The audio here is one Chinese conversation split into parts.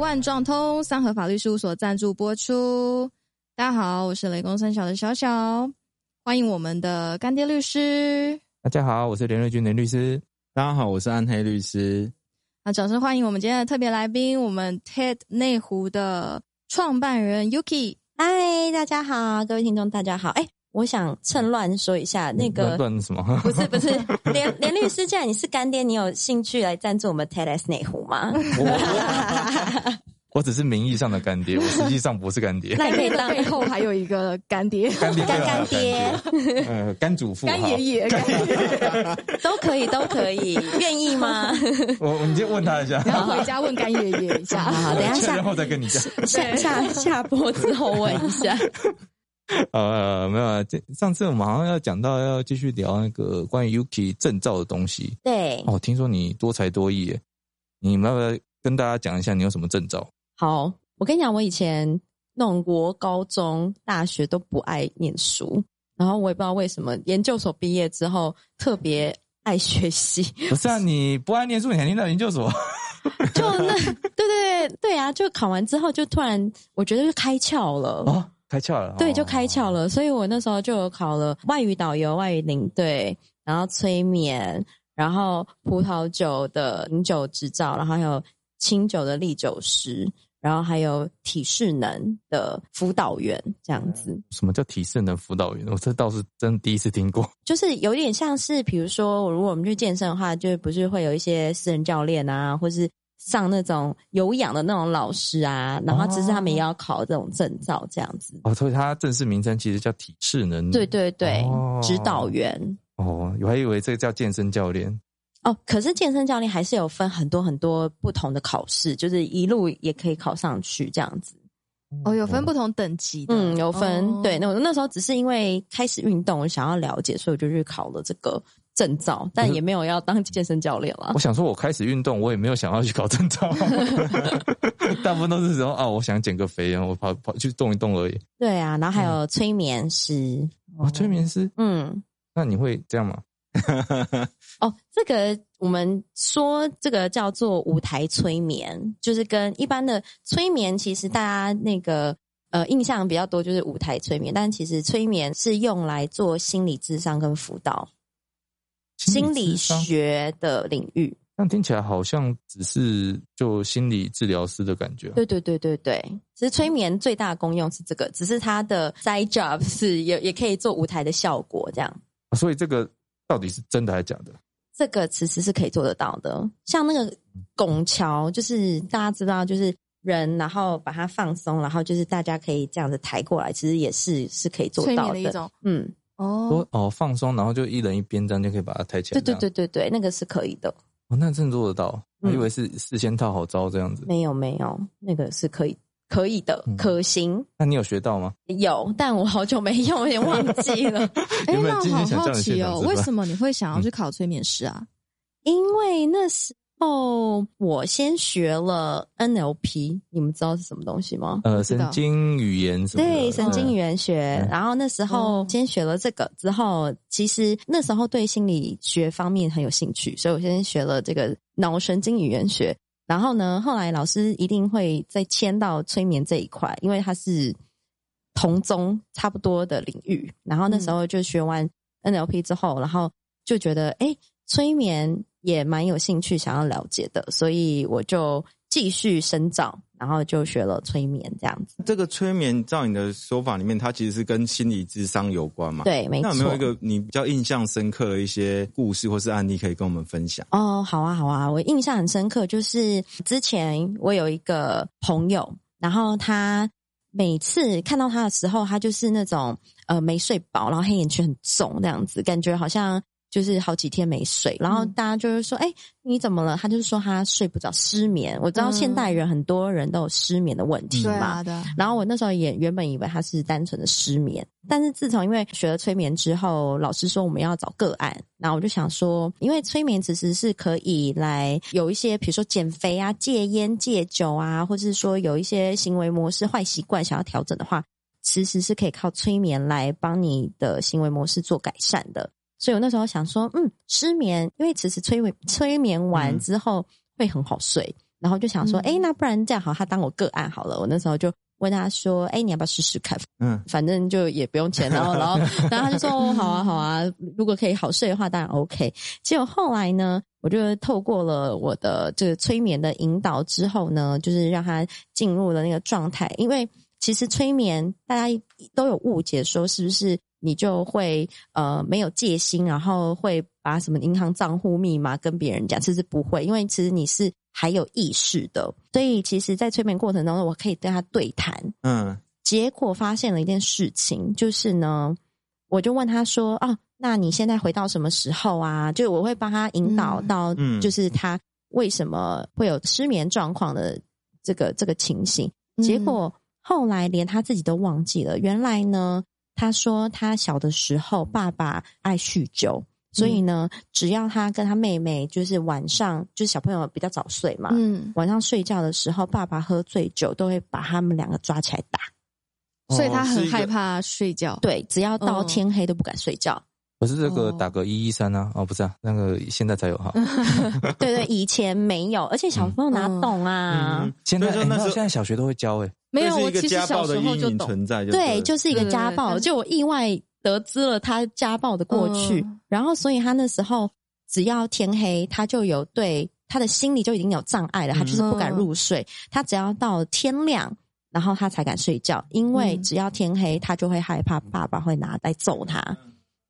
万状通三和法律事务所赞助播出。大家好，我是雷公三小的小小，欢迎我们的干爹律师。大家好，我是连瑞君连律师。大家好，我是暗黑律师。啊，掌声欢迎我们今天的特别来宾，我们 TED 内湖的创办人 Yuki。嗨，大家好，各位听众，大家好。哎、我想趁乱说一下，那乱个嗯乱什么？不是不是，连连律师，既然你是干爹，你有兴趣来赞助我们 TEDx 内湖吗？我 我只是名义上的干爹，我实际上不是干爹。那你可以当背后还有一个干爹，干爹干干爹，呃，干祖父。 干爷爷，干爷爷，都可以，都可以，愿意吗？好我我你先问他一下，然后回家问干爷爷一下好。 好，等一确下认后再跟你讲。下下下下播之后问一下。 呃，没有啊，这上次我们好像要讲到要继续聊那个关于 Yuki 证照的东西。对，哦，听说你多才多艺耶，你们要不要跟大家讲一下你有什么 证照？好，我跟你讲，我以前弄国高中、大学都不爱念书，然后我也不知道为什么，研究所毕业之后特别爱学习，不是啊，你不爱念书，你还念到研究所？就那对对对对啊，就考完之后就突然我觉得就开窍了。哦，开窍了。对，就开窍了，所以我那时候就有考了外语导游、外语领队，然后催眠，然后葡萄酒的饮酒执照，然后还有清酒的立酒师，然后还有体适能的辅导员，这样子。什么叫体适能辅导员？我这倒是真第一次听过。 就是有点像是，比如说，如果我们去健身的话，就是不是会有一些私人教练啊，或是上那种有氧的那种老师啊，然后只是他们也要考这种证照，这样嗯子。哦，所以它正式名称其实叫体适能。对对对，哦指导员。哦，我还以为这个叫健身教练。哦，可是健身教练还是有分很多很多不同的考试，就是一路也可以考上去这样子。哦，有分不同等级的，嗯，有分、哦对。那我那时候只是因为开始运动，我想要了解，所以我就去考了这个证照，但也没有要当健身教练了我。想说，我开始运动，我也没有想要去考证照，大部分都是说啊，我想减个肥，然后我跑跑去动一动而已。对啊，然后还有催眠师，啊，催眠师，嗯，那你会这样吗？哦，这个我们说这个叫做舞台催眠，就是跟一般的催眠，其实大家那个呃印象比较多就是舞台催眠，但其实催眠是用来做心理智商跟辅导心理智商，学的领域。那听起来好像只是就心理治疗师的感觉。对对对对对，其实催眠最大的功用是这个，只是它的 side job 是也也可以做舞台的效果这样。哦所以这个到底是真的还是假的？这个其实是可以做得到的。像那个拱桥，就是大家知道，就是人，然后把它放松，然后就是大家可以这样子抬过来，其实也是是可以做催到眠的一种。嗯，哦，说哦，放松，然后就一人一边，这样就可以把它抬起来。对对这样，对对对，那个是可以的。哦，那真的做得到。我嗯以为是事先套好招这样子。没有没有，那个是可以可以 的，嗯可行。那你有学到吗？有，但我好久没用，有点忘记了。哎，原本那我今天好想好叫你奇现场哦，吃饭为什么你会想嗯要去考催眠师啊？因为那时候我先学了 NLP，你们知道是什么东西吗？呃，不知神道经语言什么的？对，神经语言学。嗯然后那时候嗯先学了这个之后，其实那时候对心理学方面很有兴趣，所以我先学了这个脑神经语言学。然后呢，后来老师一定会再牵到催眠这一块，因为它是同宗差不多的领域。然后那时候就学完 NLP 之后，然后就觉得哎，诶催眠也蛮有兴趣，想要了解的，所以我就继续深造，然后就学了催眠这样子。这个催眠，照你的说法里面，它其实是跟心理智商有关嘛？。对，没那错。有没有一个你比较印象深刻的一些故事或是案例可以跟我们分享？哦，好啊，好啊，我印象很深刻，就是之前我有一个朋友，然后他每次看到他的时候，他就是那种呃没睡饱，然后黑眼圈很重那样子，感觉好像就是好几天没睡，然后嗯大家就是说，哎、你怎么了？他就是说他睡不着，失眠。我知道现代人很多人都有失眠的问嗯题对嘛，啊，对啊，然后我那时候也原本以为他是单纯的失眠，但是自从因为学了催眠之后，老师说我们要找个案，然后我就想说，因为催眠其实是可以来有一些，比如说减肥啊、戒烟、戒酒啊，或是说有一些行为模式、坏习惯想要调整的话，其实是可以靠催眠来帮你的行为模式做改善的。所以我那时候想说，嗯，失眠，因为其实催眠催眠完之后会很好睡，然后就想说，嗯哎、那不然这样好，他当我个案好了。我那时候就问他说，哎，你要不要试试看？嗯，反正就也不用钱，然后然后然后他就说、哦、好啊好啊，如果可以好睡的话，当然 OK。结果后来呢，我就透过了我的这个催眠的引导之后呢，就是让他进入了那个状态，因为其实催眠大家都有误解，说是不是你就会呃没有戒心，然后会把什么银行账户密码跟别人讲，其实不会，因为其实你是。还有意识的，所以其实，在催眠过程当中，我可以跟他对谈，嗯，结果发现了一件事情，就是呢，我就问他说：“啊，那你现在回到什么时候啊？”就我会帮他引导嗯到，嗯就是他为什么会有失眠状况的这个这个情形。嗯结果后来连他自己都忘记了，原来呢，他说他小的时候爸爸爱酗酒。所以呢，嗯只要他跟他妹妹，就是晚上，就是小朋友比较早睡嘛，嗯，晚上睡觉的时候，爸爸喝醉酒都会把他们两个抓起来打。所以他哦很是一个害怕睡觉。对，只要到嗯天黑都不敢睡觉。不是这个哦嗯打个一一三啊，哦，不是啊，那个现在才有哈。对对，以前没有，而且小朋友哪懂啊？嗯现在所以哎说你那知道时候现在小学都会教哎，没有，这是我一个其实家小暴时的候阴就影懂。存在，就对，就是一个对家对暴，但就我意外得知了他家暴的过去，嗯然后所以他那时候只要天黑，他就有对他的心理就已经有障碍了，他就是不敢嗯入睡，他只要到天亮。然后他才敢睡觉，因为嗯只要天黑，他就会害怕爸爸会拿来揍他。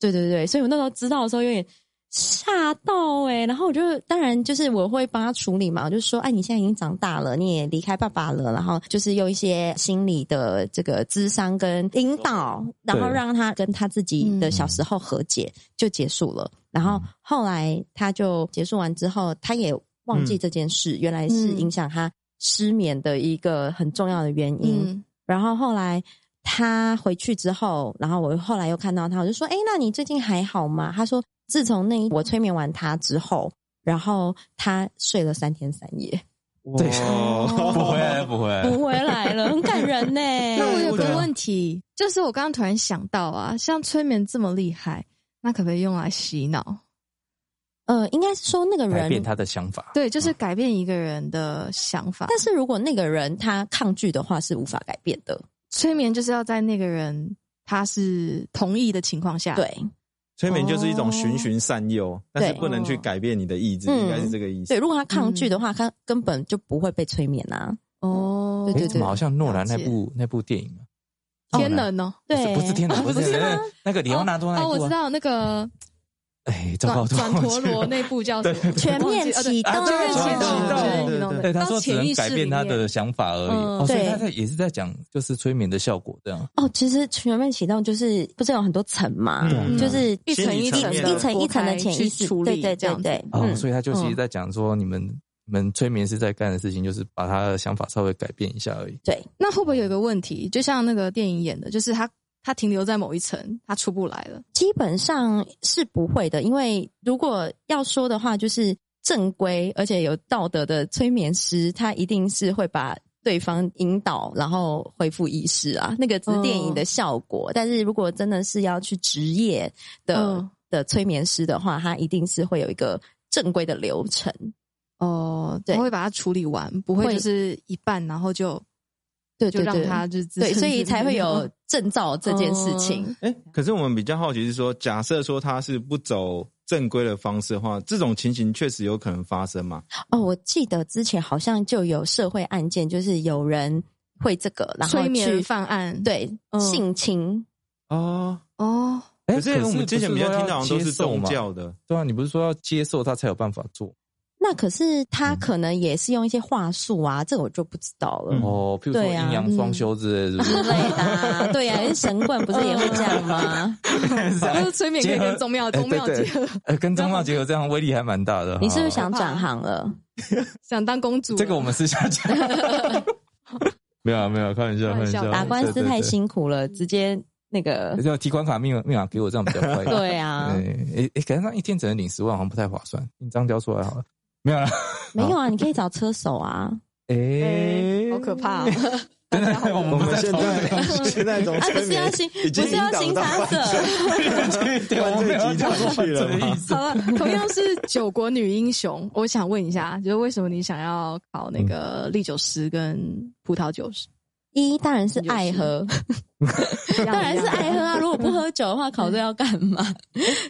对对对，所以我那时候知道的时候有点吓到哎、然后我就当然就是我会帮他处理嘛，我就说哎，你现在已经长大了，你也离开爸爸了，然后就是用一些心理的这个智商跟引导，然后对让他跟他自己的小时候和解、就结束了。然后后来他就结束完之后，他也忘记这件事，原来是影响他失眠的一个很重要的原因。嗯，然后后来他回去之后，然后我后来又看到他，我就说：“哎，那你最近还好吗？”他说：“自从那一我催眠完他之后，然后他睡了三天三夜，对哦，不 回来不回来，不回来了，很感人呢。”那我有对个啊问题，就是我刚刚突然想到啊，像催眠这么厉害，那可不可以用来洗脑？呃，应该是说那个改变人，他的想法。对，就是改变一个人的想法。但是如果那个人他抗拒的话，是无法改变的。催眠就是要在那个人他是同意的情况下，对催眠就是一种循循善诱，但是哦对不能去改变你的意志，嗯应该是这个意思对，。如果他抗拒的话，他根本就不会被催眠啊。哦，对哎怎么好像诺兰那部那部电影啊？天能哦，对，不是天哦哪，不不是是天吗哪，？那个里奥纳多那一哦，部啊我知道那个哎，糟转糕，转突然陀螺那部叫什么？全面启动，啊对全面启全面启动，动全面启动。对，他说到只潜能意识改变他里的面想法而已。嗯哦，所以对他在也是在讲，就是催眠的效果这样。哦，其实全面启动就是不是有很多层嘛，嗯就是一层一层心的理层面一层一层的潜意去识，处理，对对这对样子。对，哦，嗯，所以他就其实在讲说，你们你们催眠是在干的事情，就是把他的想法稍微改变一下而已。对，那会不会有一个问题？就像那个电影演的，就是他他停留在某一层，他出不来了。基本上是不会的，因为如果要说的话，就是正规而且有道德的催眠师，他一定是会把。对方引导，然后恢复意识啊，那个只是电影的效哦果。但是如果真的是要去职业的、嗯的催眠师的话，他一定是会有一个正规的流程。哦，对他会把它处理完，不会会就是一半，然后就对就对让对，他就自对，所以自嗯才会有证照这件事情。哦哎、可是我们比较好奇是说，假设说他是不走正规的方式的话，这种情形确实有可能发生嘛？哦，我记得之前好像就有社会案件，就是有人会这个，然后催眠去犯案。对、嗯性侵，哦， 哦，哎可是我们之前比较听到好像都是宗，不说要接受嘛教的，对啊，你不是说要接受他才有办法做那可是他嗯可能也是用一些话术啊，这我就不知道了。嗯哦？譬如说对啊阴阳双修之类的，之是类的、啊，对呀、因为神棍不是也会这样吗？不是 就是催眠可以结合跟宗庙哎宗庙对结对合， 呃，跟宗教结合，这样威力还蛮大的。你是不是好想啊转行了？想当公主。这个我们私下讲？没有啊没有啊，开玩开笑，开玩玩笑笑。打官司对太，辛苦了，直接那个对对要提款卡密码密码给我，这样比较快哎一点。对啊， 对，诶诶，感觉那一天只能领十万，好像不太划算。印章交出来好了，没有啦。没有啊，你可以找车手啊。诶、哎 好可怕哦！大家好，我我们不们在现讨论这个 在现在从啊，不催是要眠新，已不经是要新三 色。这一点 我没有讲过这个意思好。 了，同样是九国女英雄，我想问一下，就是为什么你想要考那个历酒师跟葡萄酒 师？一当然是爱喝，当然是爱喝啊！如果不喝酒的话，考这要干嘛？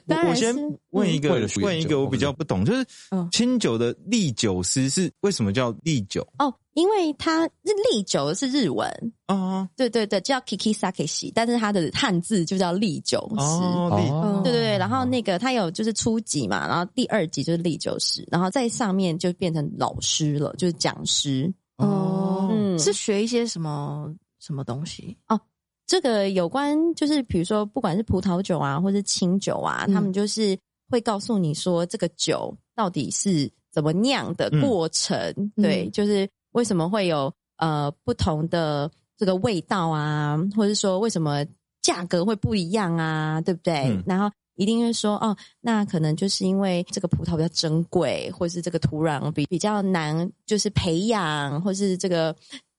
当我然我是先问一为个了熟，问一酒个我比较不懂，就是嗯清酒的历酒师是为什么叫历酒哦，因为它日历酒是日文，啊？对对对，叫 Kiki Sakeshi，但是它的汉字就叫历酒师。哦，历哦对对对，然后那个他有就是初级嘛，然后第二级就是历酒师，然后在上面就变成老师了，就是讲师。哦嗯，是是学一些什么什么东西？这个有关就是比如说不管是葡萄酒啊，或是清酒啊，嗯他们就是会告诉你说这个酒到底是怎么酿的嗯过程，对，嗯就是为什么会有呃不同的这个味道啊，或者说为什么价格会不一样啊，对不对？嗯然后。一定会说哦，那可能就是因为这个葡萄比较珍贵，或是这个土壤比比较难，就是培养，或是这个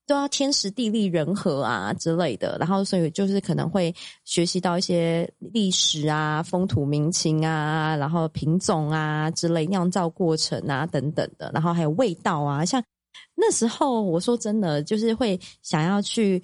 都要天时地利人和啊之类的。然后，所以就是可能会学习到一些历史啊、风土民情啊，然后品种啊之类、酿造过程啊等等的，然后还有味道啊。像那时候，我说真的，就是会想要去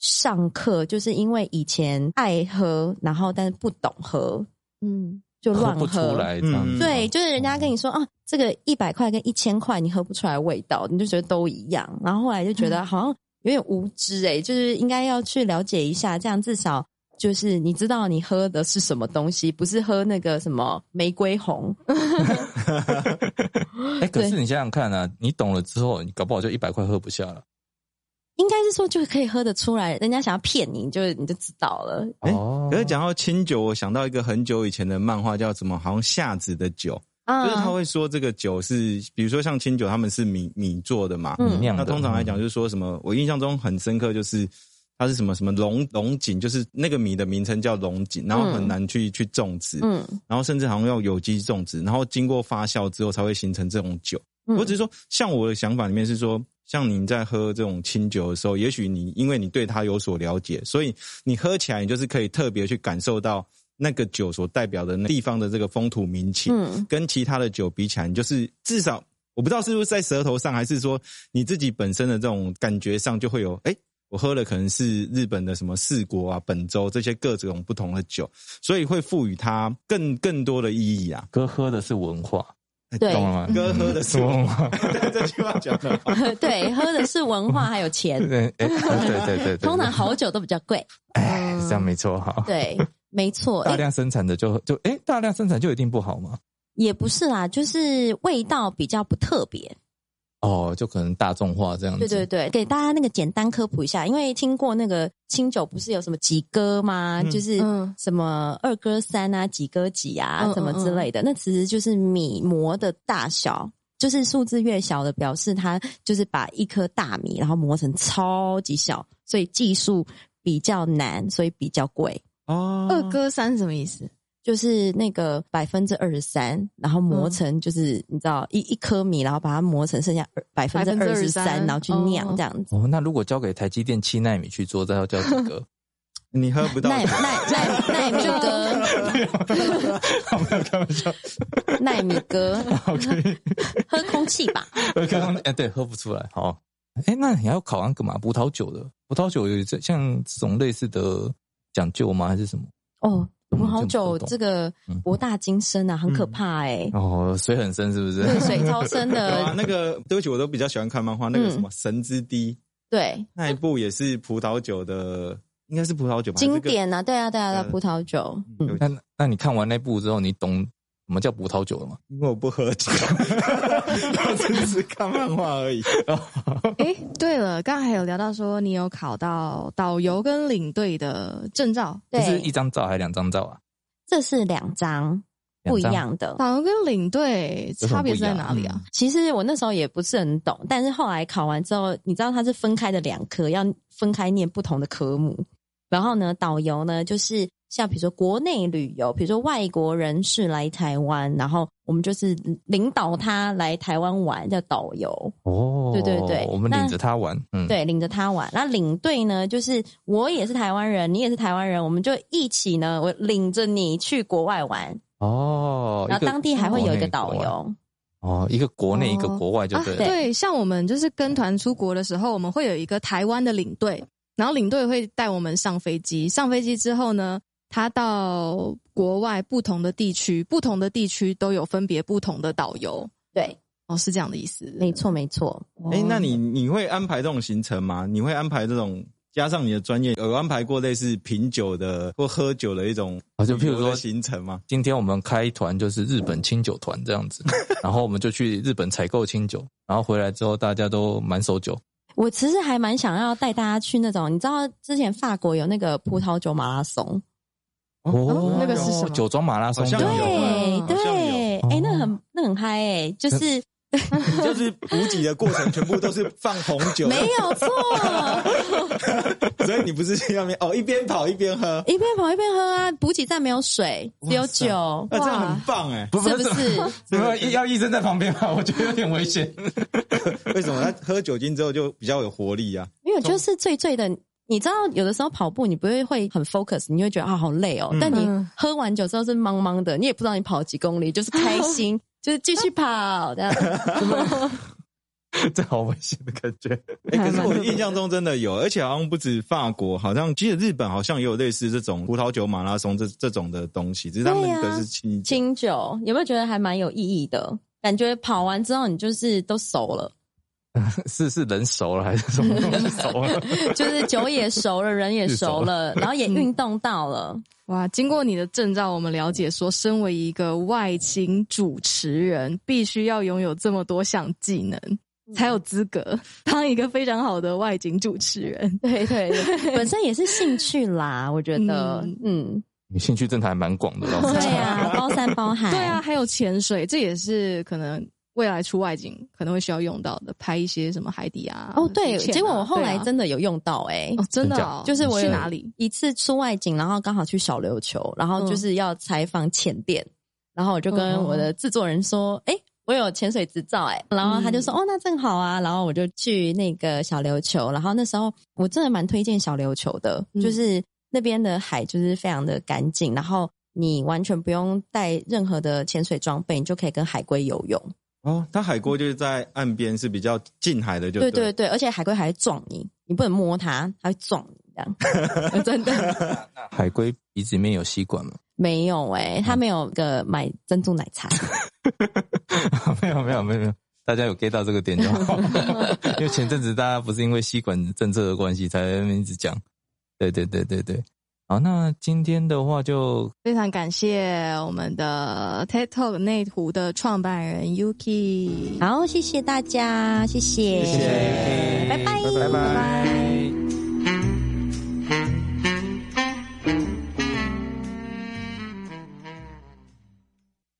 上课，就是因为以前爱喝，然后但是不懂喝，嗯，就乱哦不出来这样子。嗯对，就是人家跟你说啊，这个一百块跟一千块你喝不出来味道，你就觉得都一样。然后后来就觉得好像有点无知诶、就是应该要去了解一下，这样至少就是你知道你喝的是什么东西，不是喝那个什么玫瑰红。 哎，可是你想想看啊，你懂了之后，你搞不好就一百块喝不下了。应该是说就可以喝得出来，人家想要骗你，就是你就知道了。哎哦可是讲到清酒，我想到一个很久以前的漫画，叫什么？好像夏子的酒，啊就是他会说这个酒是，比如说像清酒，他们是米米做的嘛，你酿那的，通常来嗯讲，就是说什么，我印象中很深刻，就是它是什么什么龙龙井，就是那个米的名称叫龙井，然后很难去、去种植，嗯，然后甚至好像要有机种植，然后经过发酵之后才会形成这种酒。嗯我只是说，像我的想法里面是说，像你在喝这种清酒的时候，也许你因为你对它有所了解，所以你喝起来你就是可以特别去感受到那个酒所代表的那地方的这个风土民情。嗯跟其他的酒比起来，你就是至少我不知道是不是在舌头上，还是说你自己本身的这种感觉上就会有，哎、我喝了可能是日本的什么四国啊、本州这些各种不同的酒，所以会赋予它更更多的意义啊。 哥喝的是文化，对嗯懂了吗？嗯哥喝的是文化，这句话讲的， 对，喝的是文化还有钱， 对 哎对对对对，通常好酒都比较贵。哎这样没错哈。 对，没错。大量生产的就就哎，大量生产就一定不好吗？也不是啦，就是味道比较不特别。哦，就可能大众化这样子。对对对，给大家那个简单科普一下，因为听过那个清酒不是有什么几哥吗？嗯就是嗯什么二哥三啊、几哥几啊、嗯什么之类的，那其实就是米磨的大小。就是数字越小的，表示它就是把一颗大米，然后磨成超级小，所以技术比较难，所以比较贵。哦嗯二哥三是什么意思？就是那个百分之二十三，然后磨成就是、你知道一一颗米，然后把它磨成剩下百分之二十三， 23%然后去酿这样子。哦，那如果交给台积电七纳米去做，这要叫几 个？你喝不到奈奈奈奈米 哥，奈米 哥，喝空气吧。刚刚哎，对，喝不出来。好，哎，那你还要考那个嘛？葡萄酒的，葡萄酒有这像这种类似的讲究吗？还是什么？哦，葡萄酒嗯这不懂这个嗯博大精深啊，很可怕 哎、哦，水很深是不是？对，水超深有啊的，那个对不起，我都比较喜欢看漫画，那个嗯什么《神之滴》对，那一部也是葡萄酒的，应该是葡萄酒吧？还是经个。典啊，对啊，对啊，对啊嗯葡萄酒，嗯嗯， 那那你看完那部之后，你懂什么叫葡萄酒了吗？因为我不喝酒， 我只是看漫画而已。哎，对了，刚才还有聊到说你有考到导游跟领队的证照，这是一对，张照还是两张照啊？这是两张不一两张。样的。导游跟领队有什差么不别一样是在哪里啊？其实我那时候也不是很懂，但是后来考完之后，你知道它是分开的两科，要分开念不同的科目。然后呢，导游呢就是像比如说国内旅游，比如说外国人士来台湾，然后我们就是领导他来台湾玩，叫导游。哦，对对对我们那领着他玩，嗯，，对，领着他玩。那领队呢，就是我也是台湾人，你也是台湾人，我们就一起呢，我领着你去国外玩，哦，然后一个当地还会有一个导国内国外游。哦哦，一个国内一个国外就啊，对了，对，像我们就是跟团出国的时候，我们会有一个台湾的领队，然后领队会带我们上飞机。上飞机之后呢，他到国外不同的地区，不同的地区都有分别不同的导游。对，哦，是这样的意思。嗯没错没错。哦哎、那你你会安排这种行程吗？你会安排这种加上你的专业，有安排过类似品酒的或喝酒的一种，啊就譬如说行程吗？ 今天我们开团就是日本清酒团这样 子，然后我们就去日本采购清酒，然后回来之后大家都满手酒。我其实还蛮想要带大家去那种，你知道之前法国有那个葡萄酒马拉松，哦那个是什么酒庄马拉松好像这样有哦子对好像对，有哎、那很那很嗨哎、就是就是补给的过程全部都是放红酒， 没有错， 所以你不是去那边哦，一边跑一边喝，一边跑一边喝啊，补给站没有水，只有哇塞酒，那、这样很啊棒哎、是不 是？没有 要医生在旁边吧？我觉得有点危险。为什么他喝酒精之后就比较有活力啊？没有，就是醉醉的。你知道，有的时候跑步你不会会很 focus，你会觉得啊好累哦。嗯但你嗯喝完酒之后是茫茫的，你也不知道你跑几公里，就是开心， 就是继续跑这样。 这好危险的感觉。哎、可是我印象中真的有，而且好像不止法国，好像记得日本好像也有类似这种葡萄酒马拉松这这种的东西，只是他们对啊的是清酒。清酒有没有觉得还蛮有意义的？感觉跑完之后你就是都熟 了，是是人熟了还 是什么东西熟了？就是酒也熟了，人也是熟熟了，然后也嗯运动到了。哇，经过你的证照，我们了解说，身为一个外勤主持人，必须要拥有这么多项技能，嗯才有资格当一个非常好的外景主持人。 对对对，本身也是兴趣啦，我觉得，嗯， 你兴趣真的还蛮广的，老师对 啊，包山包海，对啊，，还有潜水，这也是可能未来出外景可能会需要用到的，拍一些什么海底啊。哦，对，浮潜啊结果我后来对啊真的有用到哎、哦，真的真哦假，就是我去有哪里？一次出外景，然后刚好去小琉球，然后就是要采访潜店，然后我就跟我的制作人说，哎、我有潜水执照哎、然后他就说、哦，那正好啊，然后我就去那个小琉球，然后那时候我真的蛮推荐小琉球的，嗯就是那边的海就是非常的干净，然后你完全不用带任何的潜水装备，你就可以跟海龟游泳。哦，它海龟就是在岸边是比较近海的，就对对对了。对，而且海龟还会撞你，你不能摸它，它会撞你这 样，真的海龟鼻子里面有吸管吗？ 没有哎、它没有个买珍珠奶茶，没有没有没有没有，大家有 get 到这个点就好。 因为前阵子大家不是因为吸管政策的关系才在那边一直讲，对对对对对。好，那今天的话就非常感谢我们的 TED Talk 内湖的创办人 Yuki。好，谢谢大家，谢谢，谢谢拜拜，拜拜。